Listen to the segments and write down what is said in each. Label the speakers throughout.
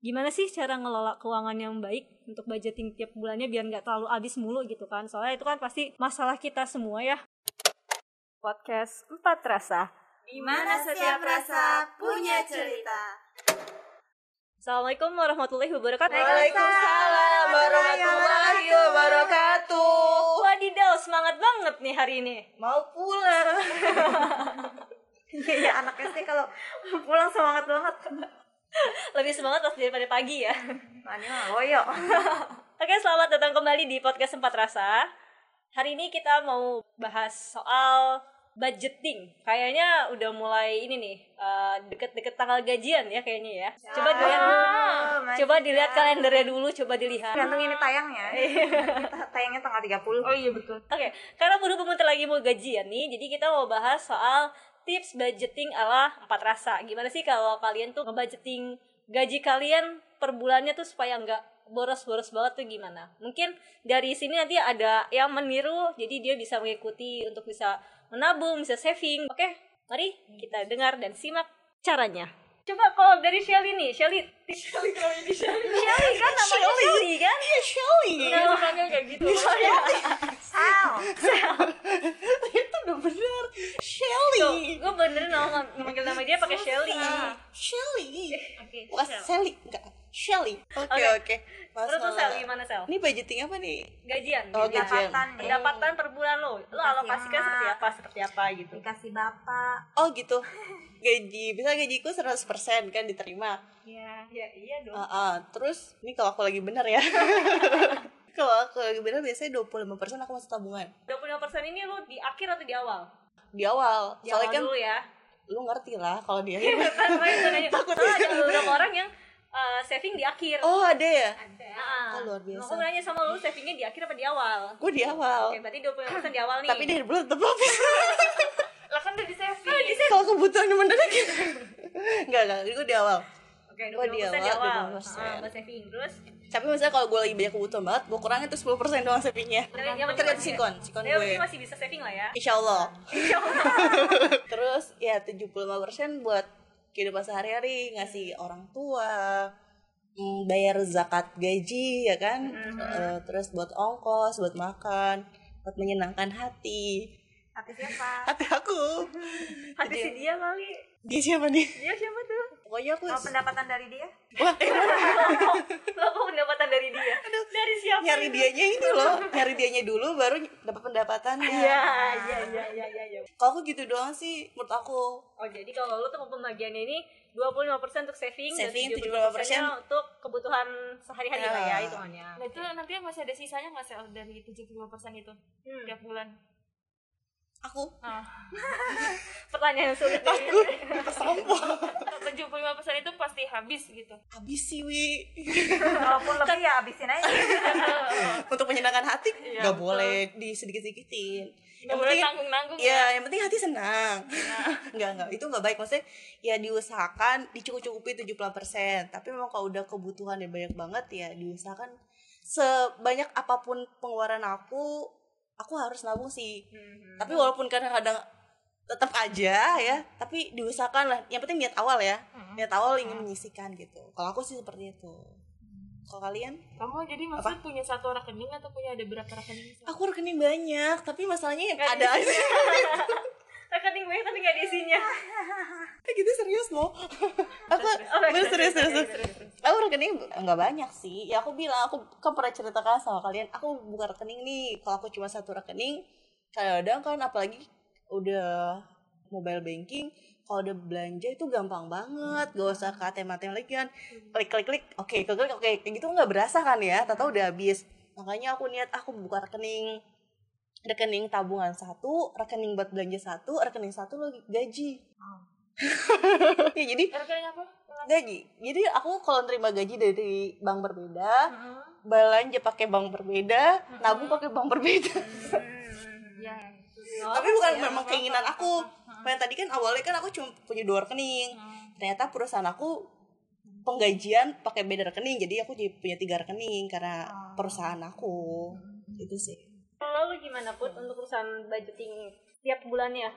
Speaker 1: gimana sih cara ngelola keuangan yang baik untuk budgeting tiap bulannya biar nggak terlalu habis mulu gitu kan soalnya itu kan pasti masalah kita semua ya
Speaker 2: podcast empat rasa
Speaker 3: di mana setiap rasa punya cerita.
Speaker 1: Assalamualaikum warahmatullahi wabarakatuh
Speaker 3: Waalaikumsalam warahmatullahi wabarakatuh.
Speaker 1: wadidaw semangat banget nih hari ini
Speaker 3: Mau pulang. Iya, iya anak SD kalau pulang semangat banget.
Speaker 1: lebih semangat pas daripada pagi ya
Speaker 3: Mani mah loyo.
Speaker 1: Oke, selamat datang kembali di podcast Empat Rasa. Hari ini kita mau bahas soal budgeting. Kayaknya udah mulai ini nih, eh, deket-deket tanggal gajian ya kayaknya ya. Coba dilihat,
Speaker 3: Ah, masih
Speaker 1: coba dilihat
Speaker 3: ada.
Speaker 1: kalendernya dulu, coba dilihat.
Speaker 3: Gantung ini tayangnya. Kita tayangnya tanggal 30.
Speaker 2: Oh iya betul.
Speaker 1: Oke, karena berhubung bentar lagi mau gajian nih, jadi kita mau bahas soal tips budgeting ala empat rasa. Gimana sih kalau kalian tuh ngebudgeting gaji kalian per bulannya tuh supaya nggak boros-boros banget tuh gimana? Mungkin dari sini nanti ada yang meniru, jadi dia bisa mengikuti untuk bisa menabung, bisa saving. Oke, mari kita dengar dan simak caranya. Coba kalau dari Shelly nih, Shelly, Shelly kalau ini Shelly, Shelly kan namanya Shelly, kan? Iya Shelly. Iya,
Speaker 2: Namanya kayak gitu.
Speaker 3: Sal.
Speaker 2: itu udah bener. Shelly.
Speaker 1: Gue bener nama manggil nama dia pakai Shelly.
Speaker 2: Shelly.
Speaker 1: Ah. Eh, Oke.
Speaker 2: Bukan
Speaker 1: Shell.
Speaker 2: Sally, enggak. Shelly. Oke,
Speaker 1: Oke.
Speaker 2: oke.
Speaker 1: Terus tuh
Speaker 2: Masalah.
Speaker 1: Sel gimana Sel?
Speaker 2: Ini budgeting apa nih?
Speaker 1: Gajian.
Speaker 2: Oh,
Speaker 1: gajian.
Speaker 2: gajian.
Speaker 3: Pendapatan deh.
Speaker 1: Pendapatan per bulan lo, lo alokasikan
Speaker 3: emak.
Speaker 1: seperti apa, seperti apa gitu.
Speaker 3: Dikasih bapak.
Speaker 2: Oh gitu. Gaji, bisa gajiku 100% kan diterima.
Speaker 1: Iya, iya, iya dong.
Speaker 2: Ah, ah. terus ini kalau aku lagi bener ya. kalau aku lagi bener biasanya 25% aku masuk tabungan.
Speaker 1: 25% ini lo di akhir atau di awal?
Speaker 2: Di awal.
Speaker 1: Di
Speaker 2: Soalnya
Speaker 1: awal
Speaker 2: kan
Speaker 1: dulu ya.
Speaker 2: lu ngerti lah kalau dia.
Speaker 1: Kan makanya gue nanya, soalnya ada beberapa orang yang uh, saving di akhir.
Speaker 2: ya. oh, ada ya.
Speaker 1: Nah,
Speaker 2: Oh, luar biasa.
Speaker 1: Mau nanya sama lo savingnya di akhir apa di awal?
Speaker 2: Gue di awal.
Speaker 1: Oke, berarti 20% di awal nih.
Speaker 2: Tapi dari bulan tetap habis.
Speaker 1: lah kan udah di saving. di saving.
Speaker 2: kalau kebutuhan mendadak. Enggak, enggak. Gue di awal.
Speaker 1: Oke,
Speaker 2: Oh,
Speaker 1: 25%
Speaker 2: di
Speaker 1: di awal.
Speaker 2: awal,
Speaker 1: Ah,
Speaker 2: 25%.
Speaker 1: buat saving. Terus
Speaker 2: tapi misalnya kalau gue lagi banyak kebutuhan banget gue kurangin tuh 10% doang savingnya
Speaker 1: Tapi yang penting
Speaker 2: terlihat
Speaker 1: Nah, masih-
Speaker 2: sikon sikon
Speaker 1: Ya, berarti
Speaker 2: gue
Speaker 1: masih bisa saving lah ya.
Speaker 2: insya Allah terus ya 75% buat kehidupan sehari-hari ngasih orang tua mm, bayar zakat gaji ya kan Eh, terus buat ongkos buat makan buat menyenangkan hati
Speaker 3: Tapi siapa?
Speaker 2: hati aku
Speaker 1: Hati si dia kali.
Speaker 2: dia siapa nih
Speaker 1: Dia siapa tuh?
Speaker 2: pokoknya aku
Speaker 3: Kalau pendapatan dari dia?
Speaker 2: wah
Speaker 1: Lo kok pendapatan dari dia? Dari siapa?
Speaker 2: nyari dianya ini loh nyari dianya dulu baru dapat pendapatannya
Speaker 1: Iya, iya, iya, iya, iya. Ya.
Speaker 2: kalau aku gitu doang sih menurut aku
Speaker 1: Oh, jadi kalau lo tuh pembagiannya ini 25% untuk saving,
Speaker 2: Saving,
Speaker 1: dan 75%-nya untuk kebutuhan sehari-hari lah ya
Speaker 2: Ya.
Speaker 1: hitungannya.
Speaker 4: Nah itu nanti masih ada sisanya nggak
Speaker 1: oh,
Speaker 4: sih dari 75% itu
Speaker 1: Hmm,
Speaker 4: tiap bulan?
Speaker 2: aku
Speaker 4: Nah.
Speaker 1: pertanyaan yang sulit nih.
Speaker 2: takut kesampah
Speaker 4: 75% itu pasti habis gitu.
Speaker 2: habis sih wi
Speaker 4: Iya.
Speaker 3: Kalaupun lebih ya habisin aja.
Speaker 2: untuk menyenangkan hati nggak boleh disedikit sedikitin
Speaker 4: Iya, Nggak boleh tanggung-nanggung
Speaker 1: Iya.
Speaker 2: ya yang penting hati senang
Speaker 4: Iya.
Speaker 2: nggak nggak itu nggak baik maksudnya ya diusahakan dicukup-cukupi 70% tapi memang kalau udah kebutuhan yang banyak banget ya diusahakan sebanyak apapun pengeluaran aku aku harus nabung sih
Speaker 4: Mhm.
Speaker 2: tapi walaupun kadang-kadang tetap aja ya tapi diusahakan lah yang penting niat awal ya
Speaker 4: Mhm.
Speaker 2: niat awal ingin menyisihkan gitu kalau aku sih seperti itu kalau kalian
Speaker 4: Mhm. Kamu jadi maksudnya punya satu rekening atau punya ada berapa rekening? sih?
Speaker 2: aku rekening banyak tapi masalahnya yang
Speaker 1: Nggak
Speaker 2: ada aja
Speaker 1: Rekening gue tapi gak ada isinya.
Speaker 2: gitu serius loh aku bener serius serius, serius. aku rekening nggak banyak sih ya aku bilang aku kan pernah ceritakan sama kalian aku buka rekening nih kalau aku cuma satu rekening kadang-kadang kan apalagi udah mobile banking kalau udah belanja itu gampang banget gak usah ke ATM ATM lagi kan klik klik klik oke klik klik oke kayak gitu nggak berasa kan ya tahu udah habis makanya aku niat aku buka rekening rekening tabungan satu rekening buat belanja satu rekening satu lagi gaji ya jadi
Speaker 4: Rekening apa?
Speaker 2: gaji jadi aku kalau terima gaji dari bank berbeda belanja pakai bank berbeda nabung pakai bank berbeda
Speaker 1: Iya.
Speaker 4: Ya.
Speaker 1: Oh,
Speaker 2: tapi bukan memang keinginan aku Kayak tadi kan awalnya kan aku cuma punya dua rekening ternyata perusahaan aku penggajian pakai beda rekening jadi aku jadi punya tiga rekening karena perusahaan aku itu sih
Speaker 1: Kalau lo gimana Put untuk urusan budgeting tiap bulannya?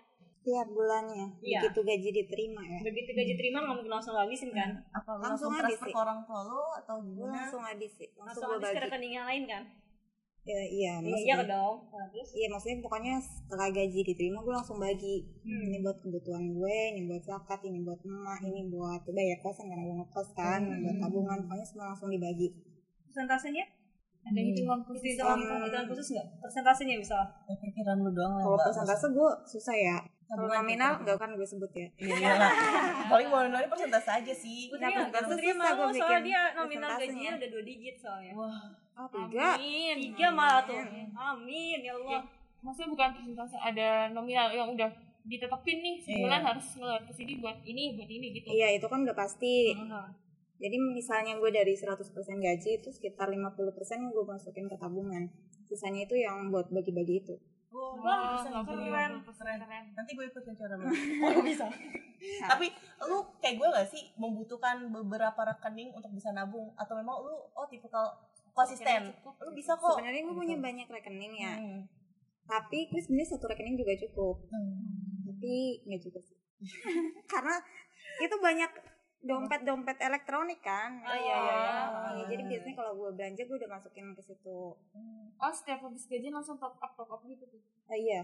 Speaker 3: tiap bulannya
Speaker 1: Iya.
Speaker 3: begitu Gitu gaji diterima ya
Speaker 1: begitu gaji terima nggak mungkin langsung habisin kan
Speaker 3: Nah,
Speaker 4: Apa lu
Speaker 3: langsung
Speaker 4: langsung
Speaker 3: habis
Speaker 4: transfer
Speaker 3: sih.
Speaker 4: ke orang tua lu atau
Speaker 3: Gua
Speaker 4: gimana?
Speaker 3: langsung habis sih langsung,
Speaker 1: langsung
Speaker 3: gue
Speaker 1: habis ke
Speaker 3: bagi
Speaker 1: rekening yang lain kan
Speaker 3: ya, iya
Speaker 1: iya
Speaker 4: kan?
Speaker 3: maksudnya
Speaker 1: dong Nah, terus
Speaker 3: iya maksudnya pokoknya setelah gaji diterima gue langsung bagi
Speaker 1: Hmm.
Speaker 3: ini buat kebutuhan gue ini buat zakat ini buat emak ini buat ya, bayar kosan karena gue ngekos kan
Speaker 4: Hmm.
Speaker 3: buat tabungan pokoknya semua langsung dibagi
Speaker 1: persentasenya ada
Speaker 4: Hmm.
Speaker 1: hitungan khusus hitungan hitungan khusus nggak persentasenya bisa
Speaker 3: Iya,
Speaker 4: Ya, pikiran lu doang
Speaker 3: kalau
Speaker 4: Mbak.
Speaker 3: persentase gue susah ya kalau
Speaker 4: Tabungan
Speaker 3: nominal nggak kan gue sebut ya
Speaker 4: Iya lah. Paling mau nolnya persentase aja sih.
Speaker 1: Putri
Speaker 3: Nah, persentase
Speaker 1: Putri
Speaker 3: susah
Speaker 1: malu
Speaker 3: gua
Speaker 1: soalnya
Speaker 3: bikin
Speaker 1: dia nominal
Speaker 3: persentasenya.
Speaker 1: gajinya udah dua digit soalnya
Speaker 4: Wah,
Speaker 3: oh, tiga
Speaker 1: amin tiga malah tuh amin ya Allah
Speaker 5: maksudnya bukan presentasi ada nominal yang udah ditetapin nih sebulan
Speaker 4: Iya.
Speaker 5: harus ngeluarin ke sini buat ini buat ini gitu
Speaker 3: Iya itu kan udah pasti
Speaker 1: Heeh.
Speaker 3: Jadi misalnya gue dari 100% gaji itu sekitar 50% gue masukin ke tabungan. Sisanya itu yang buat bagi-bagi itu.
Speaker 4: Wah,
Speaker 1: keren.
Speaker 4: keren. Nanti gue ikutin cara lu. bisa. Tapi lu kayak gue gak sih membutuhkan beberapa rekening untuk bisa nabung atau memang lu oh tipikal konsisten. Lu bisa kok.
Speaker 3: Sebenarnya gue punya banyak rekening ya.
Speaker 4: Hmm.
Speaker 3: Tapi gue sebenarnya satu rekening juga cukup. Tapi nggak cukup sih. Karena itu banyak dompet-dompet elektronik kan.
Speaker 1: Oh, iya, iya, iya.
Speaker 3: Iya, jadi biasanya kalau gue belanja gue udah masukin ke situ.
Speaker 5: oh setiap habis gaji langsung top up top up gitu tuh
Speaker 3: Eh, iya.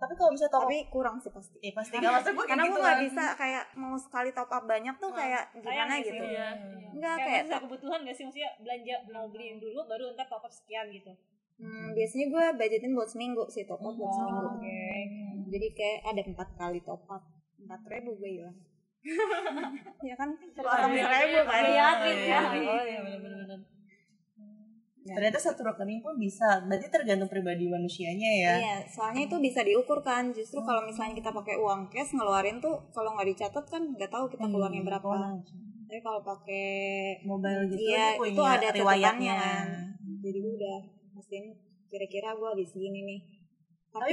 Speaker 4: Tapi kalau bisa top up,
Speaker 3: Tapi kurang sih pasti.
Speaker 4: eh pasti gak maksud gue kayak
Speaker 3: Karena
Speaker 4: gitu
Speaker 3: gue nggak
Speaker 4: kan.
Speaker 3: bisa kayak mau sekali top up banyak tuh kayak gimana
Speaker 1: Sayang sih,
Speaker 3: gitu.
Speaker 1: iya.
Speaker 3: Enggak
Speaker 1: kayak
Speaker 3: kayak
Speaker 1: bisa kebutuhan gak sih maksudnya belanja mau beli yang dulu baru ntar top up sekian gitu
Speaker 3: Hmm, biasanya gue budgetin buat seminggu sih top up
Speaker 4: Oh,
Speaker 3: buat seminggu. Jadi kayak ada empat kali top up, empat ribu gue hilang. ya kan terpotong
Speaker 1: iya,
Speaker 3: seribu kan.
Speaker 1: Geriatrik ya.
Speaker 4: Oh iya benar-benar. Ternyata satu rekening pun bisa. Berarti tergantung pribadi manusianya ya. Hmm.
Speaker 3: Iya, soalnya itu bisa diukur kan. Justru kalau misalnya kita pakai uang cash ngeluarin tuh kalau nggak dicatat kan nggak tahu
Speaker 4: Hmm.
Speaker 3: kita keluarnya berapa. Tapi kalau pakai
Speaker 4: Mobile gitu dia
Speaker 3: Iya,
Speaker 4: punya
Speaker 3: itu ada
Speaker 4: riwayatnya.
Speaker 3: catatannya kan. Jadi gue udah pastiin kira-kira gue habis segini nih. Tapi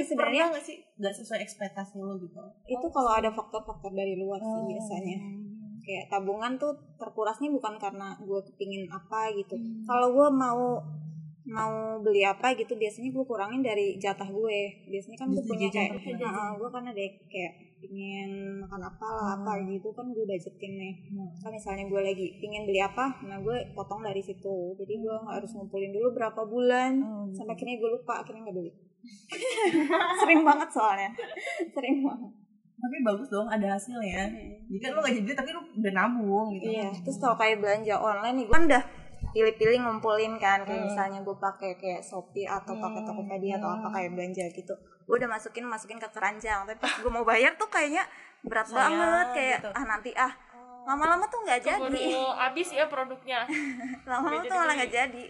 Speaker 4: Tapi sebenarnya
Speaker 3: sebenarnya
Speaker 4: nggak sih nggak sesuai ekspektasi lo gitu.
Speaker 3: itu kalau ada faktor-faktor dari luar sih
Speaker 4: Oh.
Speaker 3: biasanya. kayak tabungan tuh terkurasnya bukan karena gue kepingin apa gitu
Speaker 4: Hmm.
Speaker 3: kalau gue mau mau beli apa gitu biasanya gue kurangin dari jatah gue biasanya kan gue
Speaker 4: Jadi
Speaker 3: punya kayak
Speaker 4: jatah
Speaker 3: "Ah, ah, gue kan ada kayak pingin makan apa lah apa gitu kan gue budgetin nih
Speaker 4: Hmm.
Speaker 3: kan misalnya gue lagi pingin beli apa nah gue potong dari situ jadi gue
Speaker 4: Hmm.
Speaker 3: nggak harus ngumpulin dulu berapa bulan
Speaker 4: Oh, gitu.
Speaker 3: sampai akhirnya gue lupa akhirnya nggak beli sering banget soalnya sering banget
Speaker 4: Tapi bagus dong ada hasilnya. Jadi kan lo nggak jadi tapi lo udah nabung gitu.
Speaker 3: Iya, terus kalau kayak belanja online nih, gue kan udah pilih-pilih ngumpulin kan, kayak misalnya gue pakai kayak Shopee atau pakai Tokopedia atau apa kayak belanja gitu, gue udah masukin masukin ke keranjang, tapi pas gue mau bayar tuh kayaknya berat
Speaker 4: Sayang,
Speaker 3: banget, kayak
Speaker 4: gitu.
Speaker 3: ah nanti ah lama-lama tuh nggak jadi,
Speaker 5: baru habis ya produknya
Speaker 3: lama-lama
Speaker 5: Nggak
Speaker 3: tuh
Speaker 5: jadi
Speaker 3: malah
Speaker 5: beli.
Speaker 3: nggak jadi.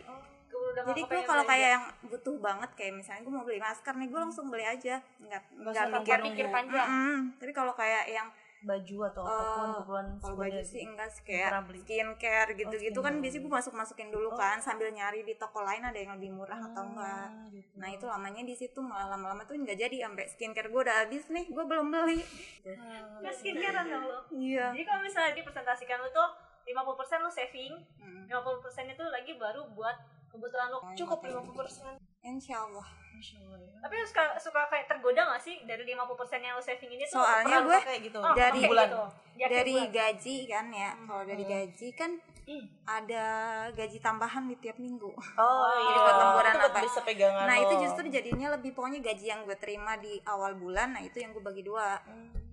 Speaker 5: Keburu udah
Speaker 3: Jadi
Speaker 5: nggak
Speaker 3: gue
Speaker 5: kepengen
Speaker 3: kalau
Speaker 5: belanja.
Speaker 3: kayak yang butuh banget kayak misalnya gue mau beli masker nih, gue langsung beli aja, nggak nggak
Speaker 4: usah
Speaker 3: mikir.
Speaker 4: nunggu.
Speaker 5: mikir panjang
Speaker 3: Mm-mm. Tapi kalau kayak yang
Speaker 4: Baju atau
Speaker 3: Eh,
Speaker 4: apapun keperluan
Speaker 3: kalau
Speaker 4: sekunder.
Speaker 3: baju sih enggak sih
Speaker 4: Pernah
Speaker 3: kayak
Speaker 4: beli? Oh,
Speaker 3: skincare gitu-gitu kan
Speaker 4: skincare. Oh.
Speaker 3: biasanya gue masuk masukin dulu kan sambil nyari di toko lain ada yang lebih murah atau enggak
Speaker 4: Ah, gitu.
Speaker 3: nah itu lamanya di situ malah lama-lama tuh nggak jadi sampai skincare gue udah habis nih gue belum beli
Speaker 1: Nah, skincare ya lo
Speaker 3: iya
Speaker 1: jadi kalau misalnya dipresentasikan lu tuh 50% lu saving
Speaker 3: Hmm.
Speaker 1: 50% itu lagi baru buat kebutuhan lu
Speaker 4: Cukup 50%
Speaker 3: insya Allah
Speaker 1: tapi lu suka, suka kayak tergoda gak sih dari 50% yang lu saving ini tuh
Speaker 3: Soalnya
Speaker 1: pernah lu
Speaker 3: gue-
Speaker 4: kayak gitu.
Speaker 1: Oh,
Speaker 3: dari-
Speaker 1: oke,
Speaker 4: bulan.
Speaker 1: gitu. Di akhir
Speaker 3: dari
Speaker 1: bulan.
Speaker 3: gaji kan ya
Speaker 4: Hmm.
Speaker 3: kalau dari
Speaker 4: Oh.
Speaker 3: gaji kan ada gaji tambahan di tiap minggu
Speaker 4: Oh,
Speaker 3: Jadi buat lemburan
Speaker 4: Itu buat
Speaker 3: apa?
Speaker 4: bisa pegangan
Speaker 3: nah itu
Speaker 4: lo.
Speaker 3: justru jadinya lebih pokoknya gaji yang gue terima di awal bulan nah itu yang gue bagi dua
Speaker 4: Hmm.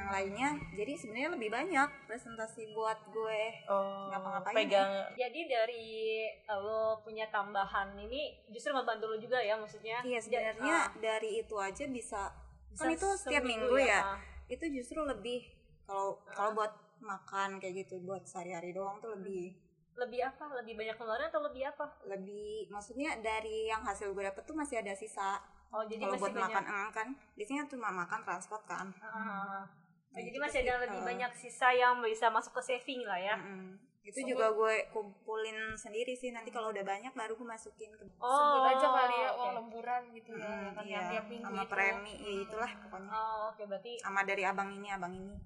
Speaker 3: yang lainnya jadi sebenarnya lebih banyak presentasi buat gue
Speaker 4: oh,
Speaker 3: ngapa-ngapain
Speaker 4: pegang
Speaker 1: jadi dari eh, lo punya tambahan ini justru ngebantu lo juga ya maksudnya
Speaker 3: iya
Speaker 1: Ja-
Speaker 3: sebenarnya dari itu aja bisa,
Speaker 1: ah. bisa
Speaker 3: kan itu setiap
Speaker 1: seminggu
Speaker 3: minggu ya,
Speaker 1: ah.
Speaker 3: itu justru lebih kalau kalau buat makan kayak gitu buat sehari-hari doang tuh lebih
Speaker 1: lebih apa lebih banyak keluaran atau lebih apa
Speaker 3: lebih maksudnya dari yang hasil gue dapet tuh masih ada sisa
Speaker 1: oh jadi
Speaker 3: kalau
Speaker 1: masih
Speaker 3: buat
Speaker 1: banyak
Speaker 3: makan eh, kan biasanya cuma makan transport kan
Speaker 1: Ah. Oh,
Speaker 3: Nah,
Speaker 1: jadi
Speaker 3: itu
Speaker 1: masih
Speaker 3: sih,
Speaker 1: ada lebih
Speaker 3: eh.
Speaker 1: banyak sisa yang bisa masuk ke saving lah ya
Speaker 3: Mm-mm. itu juga gue kumpulin sendiri sih nanti kalau udah banyak baru gue masukin ke
Speaker 1: Oh,
Speaker 5: sebut aja kali ya uang
Speaker 1: oke.
Speaker 5: lemburan gitu ya
Speaker 3: Mm,
Speaker 5: kan
Speaker 3: iya.
Speaker 5: yang tiap minggu
Speaker 3: sama
Speaker 5: itu.
Speaker 3: premi ya itulah pokoknya
Speaker 1: oh oke berarti
Speaker 3: sama dari abang ini abang ini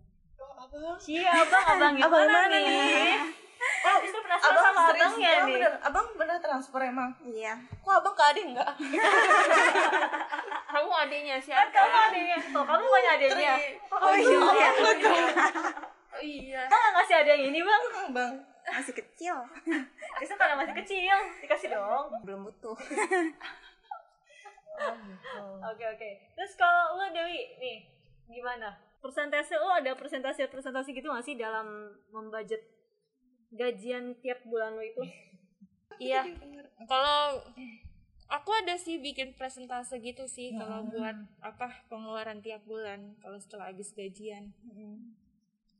Speaker 1: Cie abang abang gimana
Speaker 4: mana
Speaker 1: nih?
Speaker 4: nih?
Speaker 1: Oh, justru penasaran
Speaker 4: Abang
Speaker 1: sama
Speaker 4: serius,
Speaker 1: abangnya
Speaker 4: abang
Speaker 1: nih.
Speaker 4: bener, abang bener transfer emang.
Speaker 3: iya
Speaker 4: Kok abang ke adik enggak?
Speaker 5: kamu adiknya
Speaker 1: kan
Speaker 5: siapa?
Speaker 1: kamu adanya tuh kamu bukan adanya
Speaker 2: Oh iya.
Speaker 5: Oh, iya.
Speaker 1: kita nggak ngasih ada yang ini bang
Speaker 4: bang
Speaker 3: masih kecil
Speaker 1: Kristen karena masih kecil dikasih dong
Speaker 3: belum butuh
Speaker 1: Oke oke. Terus kalau lo Dewi nih gimana? Persentase lo ada persentase persentase gitu gak sih dalam membudget gajian tiap bulan lo itu?
Speaker 4: Ya.
Speaker 5: Iya. Kalau aku ada sih bikin presentase gitu sih kalau buat apa pengeluaran tiap bulan kalau setelah habis gajian.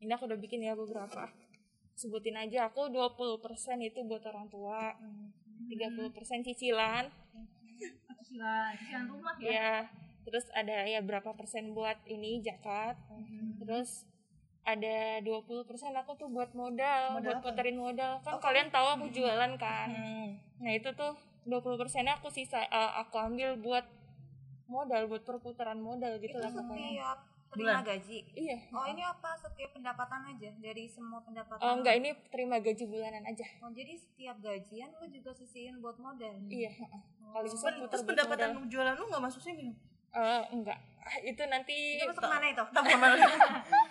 Speaker 5: Ini aku udah bikin ya beberapa. Sebutin aja aku 20% itu buat orang tua.
Speaker 1: Hmm.
Speaker 5: 30% cicilan.
Speaker 1: Cicilan rumah ya.
Speaker 5: Ya, terus ada ya berapa persen buat ini zakat.
Speaker 1: Hmm.
Speaker 5: Terus ada 20% aku tuh buat modal, buat puterin modal. Kan kalian tahu aku
Speaker 1: Hmm.
Speaker 5: jualan kan. Nah, itu tuh 20%-nya aku sisa eh, aku ambil buat modal buat perputaran modal gitu lah pokoknya.
Speaker 3: Iya, setiap terima gaji
Speaker 5: Iya.
Speaker 3: oh ini apa setiap pendapatan aja dari semua pendapatan
Speaker 5: Oh, enggak ini terima gaji bulanan aja.
Speaker 3: Oh, jadi setiap gajian lu juga sisihin buat modal
Speaker 5: Iya, heeh. Kalau bisa
Speaker 4: Ben,
Speaker 5: puter
Speaker 4: terus
Speaker 5: buat
Speaker 4: pendapatan
Speaker 5: modal.
Speaker 4: jualan lu nggak masuknya gitu
Speaker 5: Eh, enggak. Ah, Itu nanti
Speaker 3: itu masuk mana itu
Speaker 4: tabungan mana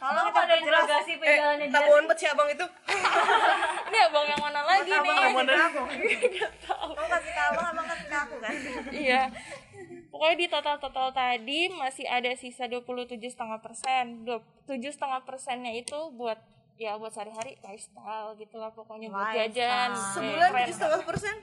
Speaker 1: Kalau ada yang delegasi penjalannya dia.
Speaker 4: tabungan pet si abang itu
Speaker 5: ini abang yang mana lagi nih?
Speaker 4: tabungan dari
Speaker 3: kamu kasih ke abang abang kasih ke aku kan
Speaker 5: iya pokoknya di total total tadi masih ada sisa 27,5 persen persennya itu buat ya buat sehari-hari lifestyle gitulah pokoknya buat jajan Iya. Eh,
Speaker 4: sebulan tujuh
Speaker 5: kayak friend.
Speaker 4: setengah persen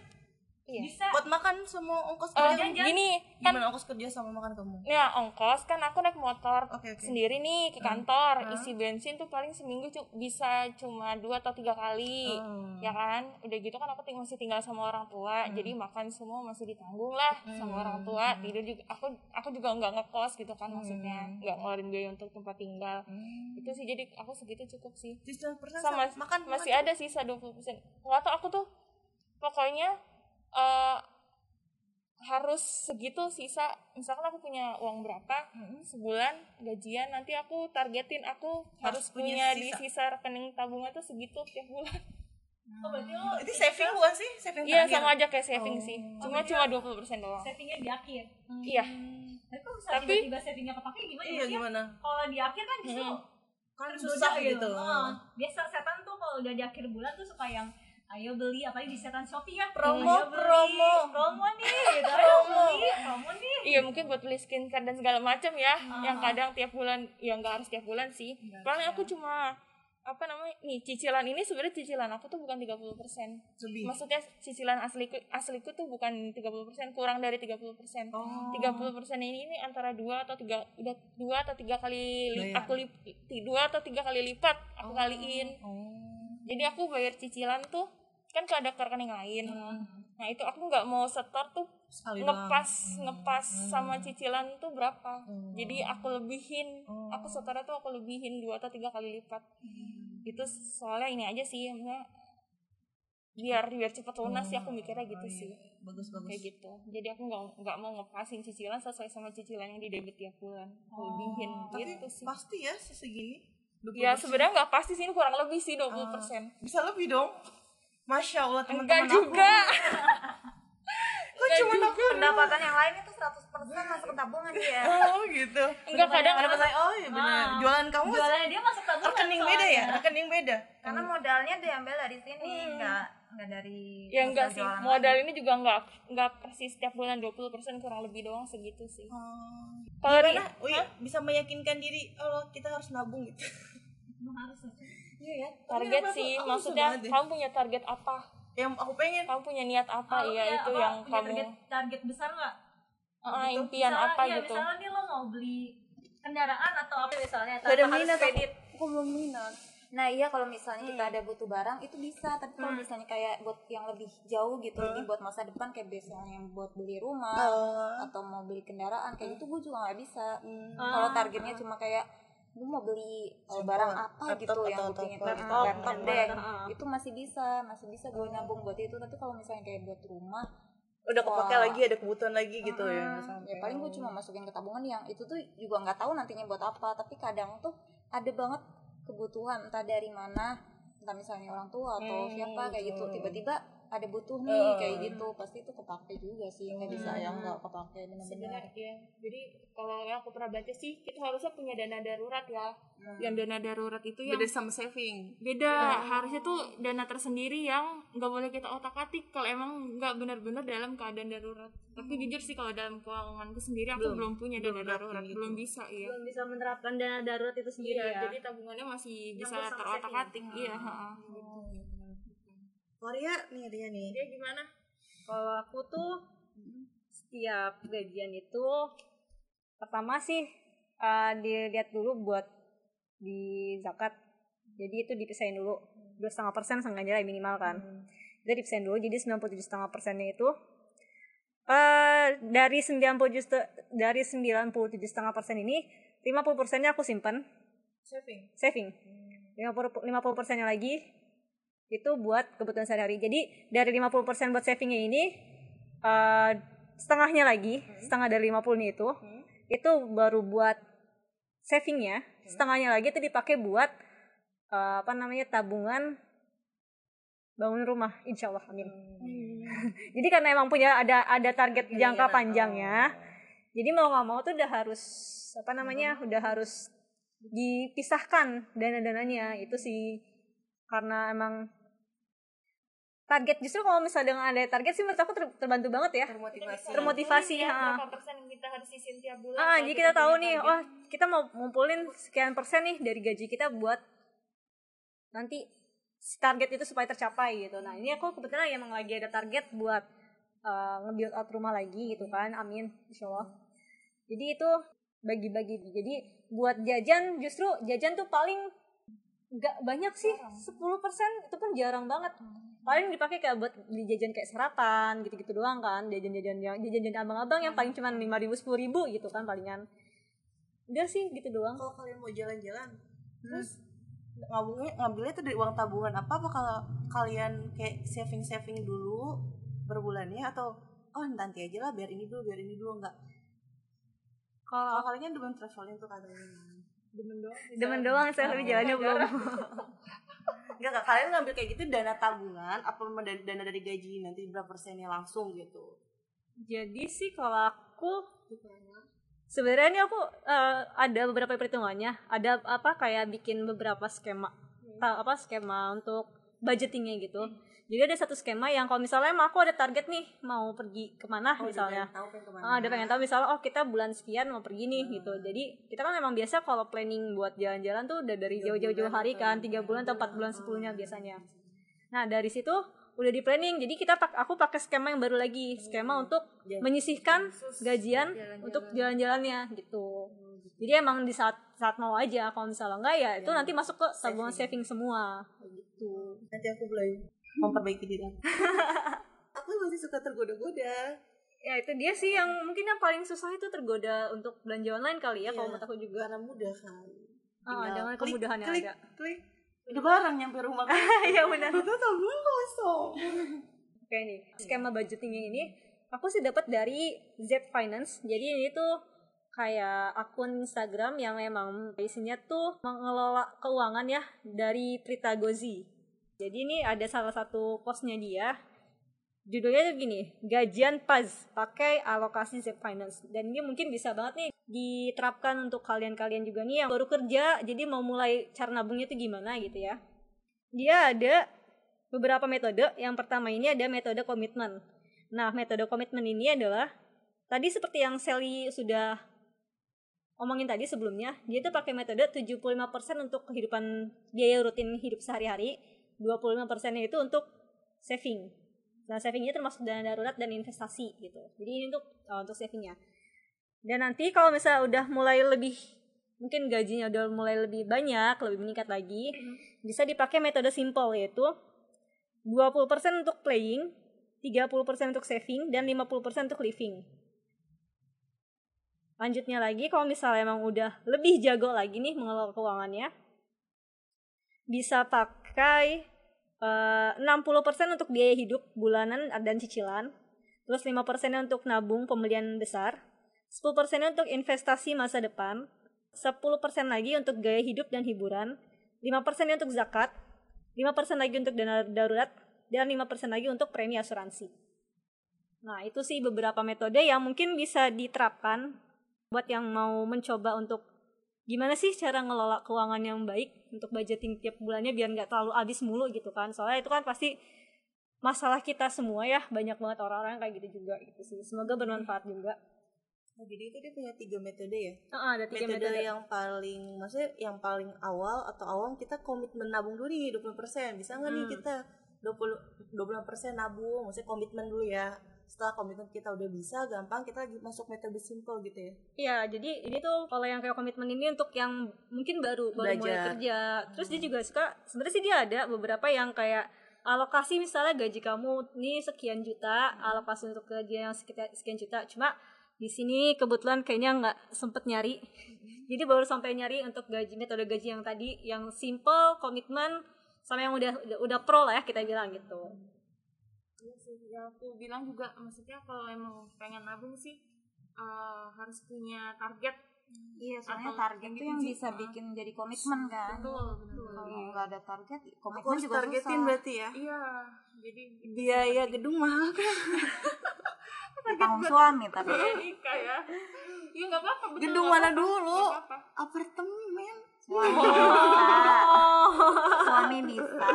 Speaker 5: Iya.
Speaker 4: buat makan semua ongkos
Speaker 5: Eh,
Speaker 4: kerja
Speaker 5: gini kan
Speaker 4: gimana ongkos kerja sama makan kamu
Speaker 5: ya ongkos kan aku naik motor
Speaker 4: Oke, oke.
Speaker 5: sendiri nih ke kantor isi bensin tuh paling seminggu cu- bisa cuma dua atau tiga kali ya kan udah gitu kan aku ting- masih tinggal sama orang tua jadi makan semua masih ditanggung lah sama orang tua tidur juga aku aku juga nggak ngekos gitu kan maksudnya nggak ngeluarin biaya untuk tempat tinggal itu sih jadi aku segitu cukup sih
Speaker 4: tujuh setengah persen
Speaker 5: Hmm. sama
Speaker 4: sama makan
Speaker 5: masih ada sisa 20% nggak tau aku tuh pokoknya eh, harus segitu sisa misalkan aku punya uang berapa
Speaker 4: Hmm.
Speaker 5: sebulan gajian nanti aku targetin aku harus,
Speaker 4: Harus punya
Speaker 5: punya, di
Speaker 4: sisa.
Speaker 5: sisa rekening tabungan tuh segitu tiap bulan
Speaker 1: Oh, berarti lo
Speaker 4: itu saving bukan sih saving
Speaker 5: iya
Speaker 4: terakhir.
Speaker 5: sama aja kayak saving sih cuma cuma 20% doang
Speaker 1: savingnya di akhir.
Speaker 5: iya
Speaker 1: Tapi kalau misalnya
Speaker 5: Tapi-
Speaker 1: tiba-tiba savingnya kepake gimana
Speaker 4: iya
Speaker 1: ya?
Speaker 4: gimana
Speaker 1: Kalau di akhir kan justru
Speaker 4: kan
Speaker 1: tergoda
Speaker 4: susah gitu
Speaker 1: Oh,
Speaker 5: Ah.
Speaker 1: biasa setan tuh kalau udah di akhir bulan tuh suka yang ayo beli apalagi di setan Shopee ya
Speaker 4: Promo,
Speaker 1: Ayo beli.
Speaker 4: promo.
Speaker 1: promo nih gitu. promo promo nih
Speaker 5: Iya mungkin buat beli skincare dan segala macam ya, yang kadang tiap bulan, ya nggak harus tiap bulan sih. ya. Paling aku cuma apa namanya nih cicilan ini sebenarnya cicilan aku tuh bukan 30 persen.
Speaker 4: lebih
Speaker 5: Maksudnya cicilan asliku asliku tuh bukan 30 persen, kurang dari 30 persen.
Speaker 4: Oh.
Speaker 5: 30 persen ini ini antara dua atau tiga udah dua atau tiga kali li-
Speaker 4: Bayar.
Speaker 5: aku lip, ti- dua atau tiga kali lipat
Speaker 4: Oh.
Speaker 2: Oh.
Speaker 5: aku kaliin.
Speaker 4: Hmm.
Speaker 5: Jadi aku bayar cicilan tuh kan ke ada ke rekening lain.
Speaker 2: Iya.
Speaker 5: Nah itu aku nggak mau setor tuh
Speaker 4: sekali
Speaker 5: ngepas ngepas sama cicilan tuh berapa
Speaker 2: Oh.
Speaker 5: jadi aku lebihin
Speaker 4: Oh.
Speaker 5: aku setornya tuh aku lebihin dua atau tiga kali lipat itu soalnya ini aja sih maksudnya biar biar cepet lunas sih aku mikirnya gitu sih
Speaker 4: bagus bagus
Speaker 5: kayak gitu jadi aku nggak nggak mau ngepasin cicilan sesuai sama cicilan yang di debit tiap bulan aku lebihin
Speaker 4: tapi
Speaker 5: gitu sih
Speaker 4: pasti ya sesegini 20%.
Speaker 5: ya sebenarnya nggak pasti sih Oh. ini kurang lebih sih 20%
Speaker 4: bisa lebih dong masya allah
Speaker 5: enggak
Speaker 4: teman-teman aku
Speaker 5: juga
Speaker 4: kok cuma aku
Speaker 3: pendapatan yang lain itu 100% masuk ke tabungan iya. dia
Speaker 4: oh gitu
Speaker 5: enggak kadang Ah.
Speaker 4: ada pesan oh iya benar jualan kamu
Speaker 1: jualannya dia masuk tabungan
Speaker 4: rekening beda ya rekening beda
Speaker 3: karena
Speaker 2: Hmm.
Speaker 3: modalnya diambil dari sini nggak nggak dari
Speaker 2: Iya.
Speaker 5: ya enggak
Speaker 3: modal
Speaker 5: sih
Speaker 3: jualan.
Speaker 5: modal ini juga enggak enggak persis setiap bulan 20% kurang lebih doang segitu sih kalau dari
Speaker 4: Nah, oh iya, bisa meyakinkan diri oh kita harus nabung gitu iya ya Tapi
Speaker 5: target
Speaker 4: aku-
Speaker 5: sih
Speaker 4: aku susah
Speaker 5: maksudnya
Speaker 4: banget ya? deh.
Speaker 5: kamu punya target apa
Speaker 4: yang aku pengen
Speaker 5: kamu punya niat apa
Speaker 1: Lu
Speaker 5: ya
Speaker 1: punya
Speaker 5: itu
Speaker 1: apa,
Speaker 5: yang
Speaker 1: punya
Speaker 5: kamu
Speaker 1: target, target besar nggak
Speaker 5: Ah, impian
Speaker 1: Misalnya-
Speaker 5: apa
Speaker 1: iya,
Speaker 5: gitu
Speaker 1: misalnya nih lo mau beli kendaraan atau apa misalnya
Speaker 2: Gak ada
Speaker 1: tanpa harus
Speaker 2: minat aku.
Speaker 1: kredit
Speaker 2: Aku belum minat. Hmm.
Speaker 3: nah iya kalau misalnya kita ada butuh barang itu bisa tapi kalau misalnya kayak buat yang lebih jauh gitu
Speaker 2: Hmm.
Speaker 3: lebih buat masa depan kayak biasanya yang buat beli rumah atau mau beli kendaraan kayak gitu gue juga nggak bisa kalau targetnya cuma kayak gue mau beli eh, barang apa gitu yang gue pengen laptop, laptop Ah, deh itu masih bisa masih bisa gue nabung buat itu tapi kalau misalnya kayak buat rumah
Speaker 4: udah kepake
Speaker 3: Wah.
Speaker 4: lagi ada kebutuhan lagi gitu ya
Speaker 3: Hmm, ya paling gue cuma masukin ke tabungan yang itu tuh juga nggak tahu nantinya buat apa tapi kadang tuh ada banget Hmm, kebutuhan entah dari mana entah misalnya orang tua atau siapa kayak gitu tiba-tiba ada butuh nih
Speaker 5: Eh.
Speaker 3: kayak gitu pasti itu kepake juga sih nggak bisa yang nggak kepake benar-benar
Speaker 5: sebenarnya iya. jadi kalau yang aku pernah baca sih kita harusnya punya dana darurat ya yang dana darurat itu yang
Speaker 4: Beda sama saving.
Speaker 5: beda harusnya tuh dana tersendiri yang nggak boleh kita otak atik kalau emang nggak benar-benar dalam keadaan darurat tapi jujur sih kalau dalam keuanganku sendiri aku Hmm. belum, punya dana darurat belum bisa iya
Speaker 1: belum bisa menerapkan dana darurat itu sendiri
Speaker 5: Iya,
Speaker 1: ya
Speaker 5: jadi tabungannya masih bisa
Speaker 1: Nyambung sama
Speaker 5: terotak atik
Speaker 1: saving.
Speaker 5: iya heeh.
Speaker 4: Oh,
Speaker 2: Korea nih dia nih.
Speaker 5: dia gimana
Speaker 1: kalau aku tuh setiap gajian itu pertama sih eh, dilihat dulu buat di zakat jadi itu dipisahin dulu dua setengah persen sengaja lah minimal kan itu dipisahin dulu jadi 97,5 persennya itu eh dari 90 juta- dari 97,5 persen ini 50 persennya aku simpan
Speaker 4: Saving.
Speaker 1: saving 50 persennya lagi itu buat kebutuhan sehari-hari jadi dari 50 buat savingnya ini eh, setengahnya lagi setengah dari 50 nih itu itu baru buat savingnya setengahnya lagi itu dipakai buat eh, apa namanya tabungan bangun rumah insya Allah amin jadi karena emang punya ada ada target
Speaker 2: Iya,
Speaker 1: jangka ya. panjangnya jadi mau nggak mau tuh udah harus apa namanya udah harus dipisahkan dana-dananya itu sih karena emang target justru kalau misalnya dengan ada target sih menurut aku ter- terbantu banget ya
Speaker 4: Termotivasi.
Speaker 1: termotivasi
Speaker 5: ya,
Speaker 1: ha.
Speaker 5: berapa persen kita harus sisin tiap bulan
Speaker 1: Ah,
Speaker 5: kalau
Speaker 1: jadi kita
Speaker 5: punya
Speaker 1: tahu nih,
Speaker 5: target.
Speaker 1: wah kita mau ngumpulin sekian persen nih dari gaji kita buat nanti si target itu supaya tercapai gitu. Nah ini aku kebetulan emang lagi ada target buat eh, nge-build out rumah lagi gitu kan, amin, insya Allah. Jadi itu bagi-bagi. Jadi buat jajan justru jajan tuh paling nggak banyak sih 10% itu pun jarang banget paling dipakai kayak buat beli jajan kayak sarapan gitu-gitu doang kan jajan-jajan yang jajan-jajan abang-abang yang paling cuma lima ribu sepuluh ribu gitu kan palingan udah sih gitu doang
Speaker 2: Kalau kalian mau jalan-jalan, terus ngabungnya ngambilnya itu dari uang tabungan apa apa kalau kalian kayak saving saving dulu per bulannya atau oh nanti aja lah biar ini dulu biar ini dulu enggak kalau kalian kan demen traveling tuh katanya
Speaker 1: demen doang saya lebih jalannya belum
Speaker 2: enggak enggak kalian ngambil kayak gitu dana tabungan apa memang dari- dana dari gaji nanti berapa persennya langsung gitu
Speaker 1: jadi sih kalau aku sebenarnya ini aku eh, ada beberapa perhitungannya ada apa kayak bikin beberapa skema ta- apa skema untuk budgetingnya gitu jadi ada satu skema yang kalau misalnya emang aku ada target nih mau pergi kemana
Speaker 2: Oh,
Speaker 1: misalnya
Speaker 2: tahu pengen kemana
Speaker 1: Ah, ada pengen tahu misalnya oh kita bulan sekian mau pergi nih gitu. Jadi kita kan emang biasa kalau planning buat jalan-jalan tuh udah dari jauh-jauh jauh hari kan, tiga bulan atau empat bulan sebelumnya biasanya. Nah dari situ udah di planning. Jadi kita pak aku pakai skema yang baru lagi, skema untuk menyisihkan gajian untuk jalan-jalannya gitu. Jadi emang di saat saat mau aja kalau misalnya enggak ya itu nanti masuk ke tabungan saving semua gitu.
Speaker 2: nanti aku mulai memperbaiki diri aku. aku masih suka tergoda-goda
Speaker 1: Ya itu dia sih yang mungkin yang paling susah itu tergoda untuk belanja online kali ya kalau menurut aku juga.
Speaker 2: karena mudah kan
Speaker 1: Ah,
Speaker 2: Tinggal
Speaker 1: dengan
Speaker 2: klik,
Speaker 1: kemudahan yang
Speaker 2: klik,
Speaker 1: ada.
Speaker 2: klik udah barang nyampe rumah kan
Speaker 1: Iya benar.
Speaker 2: itu tabungan kosong
Speaker 1: Oke nih, skema budgetingnya ini aku sih dapat dari Z Finance. Jadi ini tuh kayak akun Instagram yang memang isinya tuh mengelola keuangan ya dari Prita Gozi. Jadi ini ada salah satu postnya dia. Judulnya tuh gini, gajian pas pakai alokasi Z Finance. Dan ini mungkin bisa banget nih diterapkan untuk kalian-kalian juga nih yang baru kerja, jadi mau mulai cara nabungnya tuh gimana gitu ya. Dia ada beberapa metode. Yang pertama ini ada metode komitmen. Nah, metode komitmen ini adalah tadi seperti yang Sally sudah omongin tadi sebelumnya, dia itu pakai metode 75% untuk kehidupan biaya rutin hidup sehari-hari, 25% itu untuk saving. Nah, savingnya termasuk dana darurat dan investasi gitu. Jadi ini untuk uh, untuk savingnya. Dan nanti kalau misalnya udah mulai lebih mungkin gajinya udah mulai lebih banyak, lebih meningkat lagi, bisa dipakai metode simple yaitu 20% untuk playing, 30% untuk saving, dan 50% untuk living. Lanjutnya lagi, kalau misalnya emang udah lebih jago lagi nih mengelola keuangannya, bisa pakai eh, 60% untuk biaya hidup bulanan dan cicilan, terus 5% untuk nabung pembelian besar, 10% untuk investasi masa depan, 10% lagi untuk gaya hidup dan hiburan, 5% untuk zakat, 5% lagi untuk dana darurat, dan 5% lagi untuk premi asuransi. Nah, itu sih beberapa metode yang mungkin bisa diterapkan buat yang mau mencoba untuk gimana sih cara ngelola keuangan yang baik untuk budgeting tiap bulannya biar nggak terlalu habis mulu gitu kan. Soalnya itu kan pasti masalah kita semua ya, banyak banget orang-orang kayak gitu juga gitu sih. Semoga bermanfaat juga.
Speaker 2: Oh, jadi itu dia punya tiga metode ya.
Speaker 1: Ah, ada tiga
Speaker 2: Metode,
Speaker 1: metode.
Speaker 2: yang paling maksudnya yang paling awal atau awam kita komitmen nabung dulu nih 20%. Bisa nggak nih kita 20 20% nabung, maksudnya komitmen dulu ya. Setelah komitmen kita udah bisa, gampang kita lagi masuk metode simple gitu ya.
Speaker 1: Iya, jadi ini tuh kalau yang kayak komitmen ini untuk yang mungkin baru baru mulai
Speaker 2: Belajar.
Speaker 1: kerja. Terus dia juga suka sebenarnya sih dia ada beberapa yang kayak alokasi misalnya gaji kamu nih sekian juta, alokasi untuk gaji yang sekitar sekian juta. Cuma di sini kebetulan kayaknya nggak sempet nyari. jadi baru sampai nyari untuk gaji metode gaji yang tadi yang simple, komitmen sama yang udah udah, udah pro lah ya kita bilang gitu.
Speaker 5: Iya sih, ya aku bilang juga maksudnya kalau emang pengen nabung sih eh, harus punya target. Hmm.
Speaker 3: Iya, soalnya
Speaker 5: Atau
Speaker 3: target itu yang
Speaker 5: diuji.
Speaker 3: bisa bikin jadi komitmen kan.
Speaker 5: Betul, betul.
Speaker 3: Kalau nggak ada target, ya
Speaker 2: Aku
Speaker 3: komitmen
Speaker 2: harus
Speaker 3: juga
Speaker 2: targetin
Speaker 3: susah.
Speaker 2: berarti ya.
Speaker 5: Iya, jadi
Speaker 2: Biaya gedung mahal kan.
Speaker 3: Tanggung suami tapi.
Speaker 5: biaya nikah ya. Iya nggak apa-apa. betul,
Speaker 2: Gedung
Speaker 5: nggak
Speaker 2: mana
Speaker 5: apa-apa.
Speaker 2: dulu?
Speaker 5: Nggak apa-apa.
Speaker 2: Apartemen.
Speaker 3: Suami bisa. Iya. Suami bisa.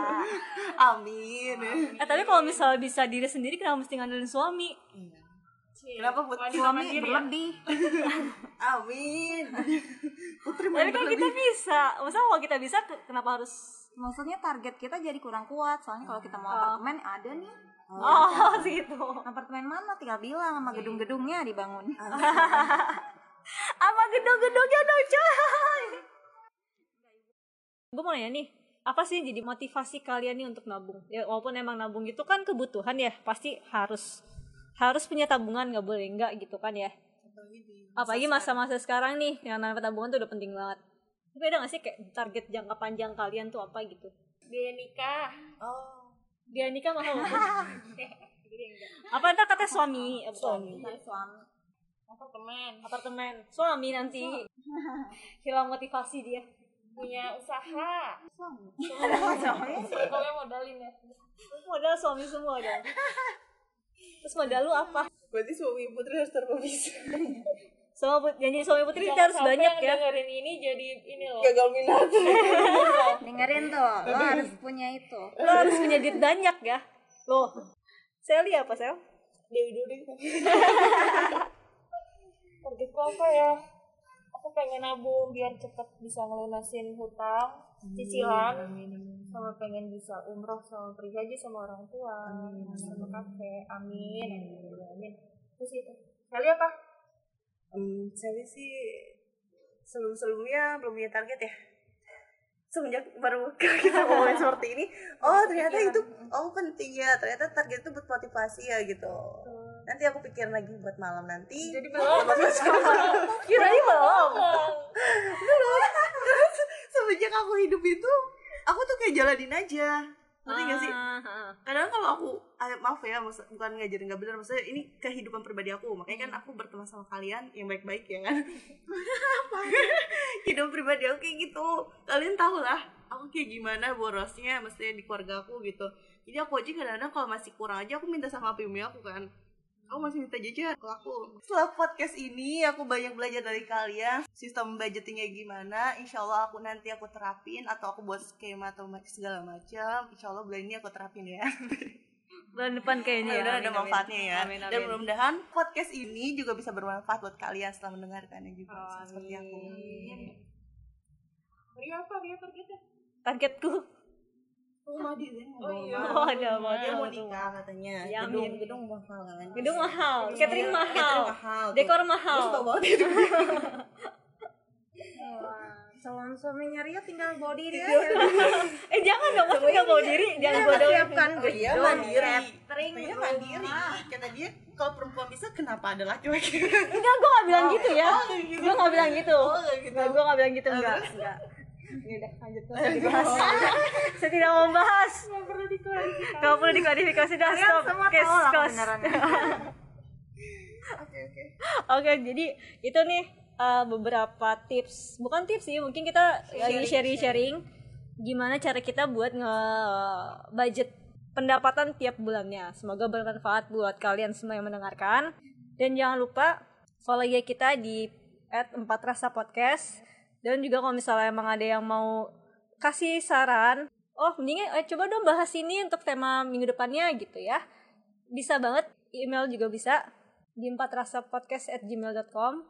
Speaker 2: Amin.
Speaker 1: Eh tapi kalau misalnya bisa diri sendiri kenapa mesti ngandelin suami?
Speaker 2: Iya.
Speaker 5: Cie,
Speaker 2: Kenapa buat
Speaker 5: wanita
Speaker 2: suami
Speaker 5: mandiri ya?
Speaker 3: Berlebih.
Speaker 2: Amin. Putri
Speaker 1: Tapi kan kita bisa. Masa kalau kita bisa ke- kenapa harus
Speaker 3: Maksudnya target kita jadi kurang kuat. Soalnya kalau kita mau apartemen ada nih.
Speaker 1: Oh, gitu.
Speaker 3: Apartemen mana tinggal bilang sama gedung-gedungnya dibangun.
Speaker 1: Sama gedung-gedungnya dong, coy. Gue mau nanya nih, apa sih yang jadi motivasi kalian nih untuk nabung? Ya walaupun emang nabung itu kan kebutuhan ya, pasti harus harus punya tabungan nggak boleh nggak gitu kan ya. Apalagi masa-masa sekarang nih, yang namanya tabungan tuh udah penting banget. Tapi ada nggak sih kayak target jangka panjang kalian tuh apa gitu?
Speaker 5: Biaya nikah.
Speaker 2: Oh.
Speaker 1: Dia nikah mahal. apa ntar katanya suami? Eh, bukan.
Speaker 3: Ntar Iya, suami.
Speaker 5: Apartemen.
Speaker 1: apartemen suami nanti hilang motivasi dia
Speaker 5: Punya usaha.
Speaker 3: Suami.
Speaker 5: Pokoknya modalin ya.
Speaker 1: modal suami semua dong terus modal lu apa
Speaker 2: Berarti suami putri harus terpisah.
Speaker 1: sama put janji suami putri kita
Speaker 5: Jangan
Speaker 1: harus
Speaker 5: sampai
Speaker 1: banyak
Speaker 5: yang
Speaker 1: ya
Speaker 5: dengerin ini jadi ini loh.
Speaker 2: Gagal minat.
Speaker 3: Dengerin tuh, lo harus punya itu.
Speaker 1: lo harus punya duit banyak ya lo Sally apa Sel?
Speaker 2: Dewi dulu deh.
Speaker 5: Targetku apa ya? Aku pengen nabung biar cepet bisa ngelunasin hutang, cicilan, sama pengen bisa umroh sama pergi haji sama orang tua, sama kakek. Amin. Amin. Amin. Terus itu. Kali apa?
Speaker 2: Hmm, saya sih sebelum-sebelumnya belum punya target ya. Semenjak baru kita ngomongin seperti ini, oh ternyata itu oh penting ya. Ternyata target itu buat motivasi ya gitu. Nanti aku pikir lagi buat malam nanti. Jadi belum.
Speaker 1: Kirain belum.
Speaker 2: Terus semenjak aku hidup itu, aku tuh kayak jalanin aja. Ngerti gak sih? kadang kalau aku ah, maaf ya maksud, bukan ngajarin nggak benar maksudnya ini kehidupan pribadi aku makanya kan aku berteman sama kalian yang baik-baik ya kan Apa? kehidupan pribadi aku kayak gitu kalian tau lah aku kayak gimana borosnya maksudnya di keluarga aku gitu jadi aku aja kadang-kadang kalau masih kurang aja aku minta sama pimi aku kan aku masih minta jajan ke aku setelah podcast ini aku banyak belajar dari kalian sistem budgetingnya gimana insya Allah aku nanti aku terapin atau aku buat skema atau ma- segala macam insya Allah bulan ini aku terapin ya
Speaker 1: Bulan depan kayaknya ya.
Speaker 2: mudah-mudahan ada
Speaker 1: Amin, amin.
Speaker 2: manfaatnya ya
Speaker 1: Amin,
Speaker 2: dan
Speaker 1: amin.
Speaker 2: mudah-mudahan podcast ini juga bisa bermanfaat buat kalian setelah mendengarkannya juga
Speaker 1: Oh,
Speaker 2: seperti aku
Speaker 5: Ria apa? Ria targetnya?
Speaker 1: Targetku.
Speaker 2: rumah di rumah oh, iya.
Speaker 1: Oh, ada
Speaker 2: dia
Speaker 1: modal
Speaker 2: mau
Speaker 1: tuh.
Speaker 2: nikah katanya
Speaker 1: Ya,
Speaker 2: gedung
Speaker 1: amin.
Speaker 2: gedung mahal kan
Speaker 1: Gedung mahal, catering
Speaker 2: Iya,
Speaker 1: mahal,
Speaker 2: mahal tuh.
Speaker 1: dekor
Speaker 2: Gua suka
Speaker 1: mahal.
Speaker 2: banget itu
Speaker 3: Calon suaminya Rio tinggal bawa diri aja.
Speaker 1: Eh jangan dong, masa nggak bawa diri, jangan bodohin.
Speaker 3: Siapkan
Speaker 2: Oh, iya
Speaker 3: gedung,
Speaker 2: mandiri.
Speaker 3: catering,
Speaker 2: Tapi dia mandiri kata dia kalau perempuan bisa kenapa ada laki-laki
Speaker 1: Enggak, gue gak bilang gitu ya. Gue gak bilang gitu. Enggak, gue gak bilang gitu, enggak. Enggak. Ya udah, lanjut. Nggak dibahas. Saya tidak mau bahas. Gak perlu diklarifikasi. Gak perlu diklarifikasi. Dah, stop.
Speaker 3: semua
Speaker 1: Kes,
Speaker 3: tahu lah
Speaker 1: kos.
Speaker 3: kebenarannya.
Speaker 1: Oke, jadi itu nih eh, beberapa tips. Bukan tips sih, mungkin kita lagi sharing-sharing. Gimana cara kita buat nge-budget eh, pendapatan tiap bulannya. Semoga bermanfaat buat kalian semua yang mendengarkan. Dan jangan lupa follow IG kita di at empat rasa podcast. Dan juga kalau misalnya emang ada yang mau kasih saran, oh mendingan eh, coba dong bahas ini untuk tema minggu depannya gitu ya. Bisa banget, email juga bisa di empat rasa podcast at gmail.com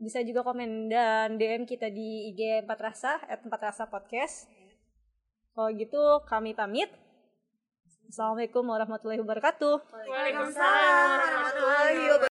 Speaker 1: bisa juga komen dan DM kita di IG Empat Rasa at Empat Rasa Podcast. Kalau gitu kami pamit. Assalamualaikum warahmatullahi wabarakatuh.
Speaker 5: Waalaikumsalam warahmatullahi wabarakatuh.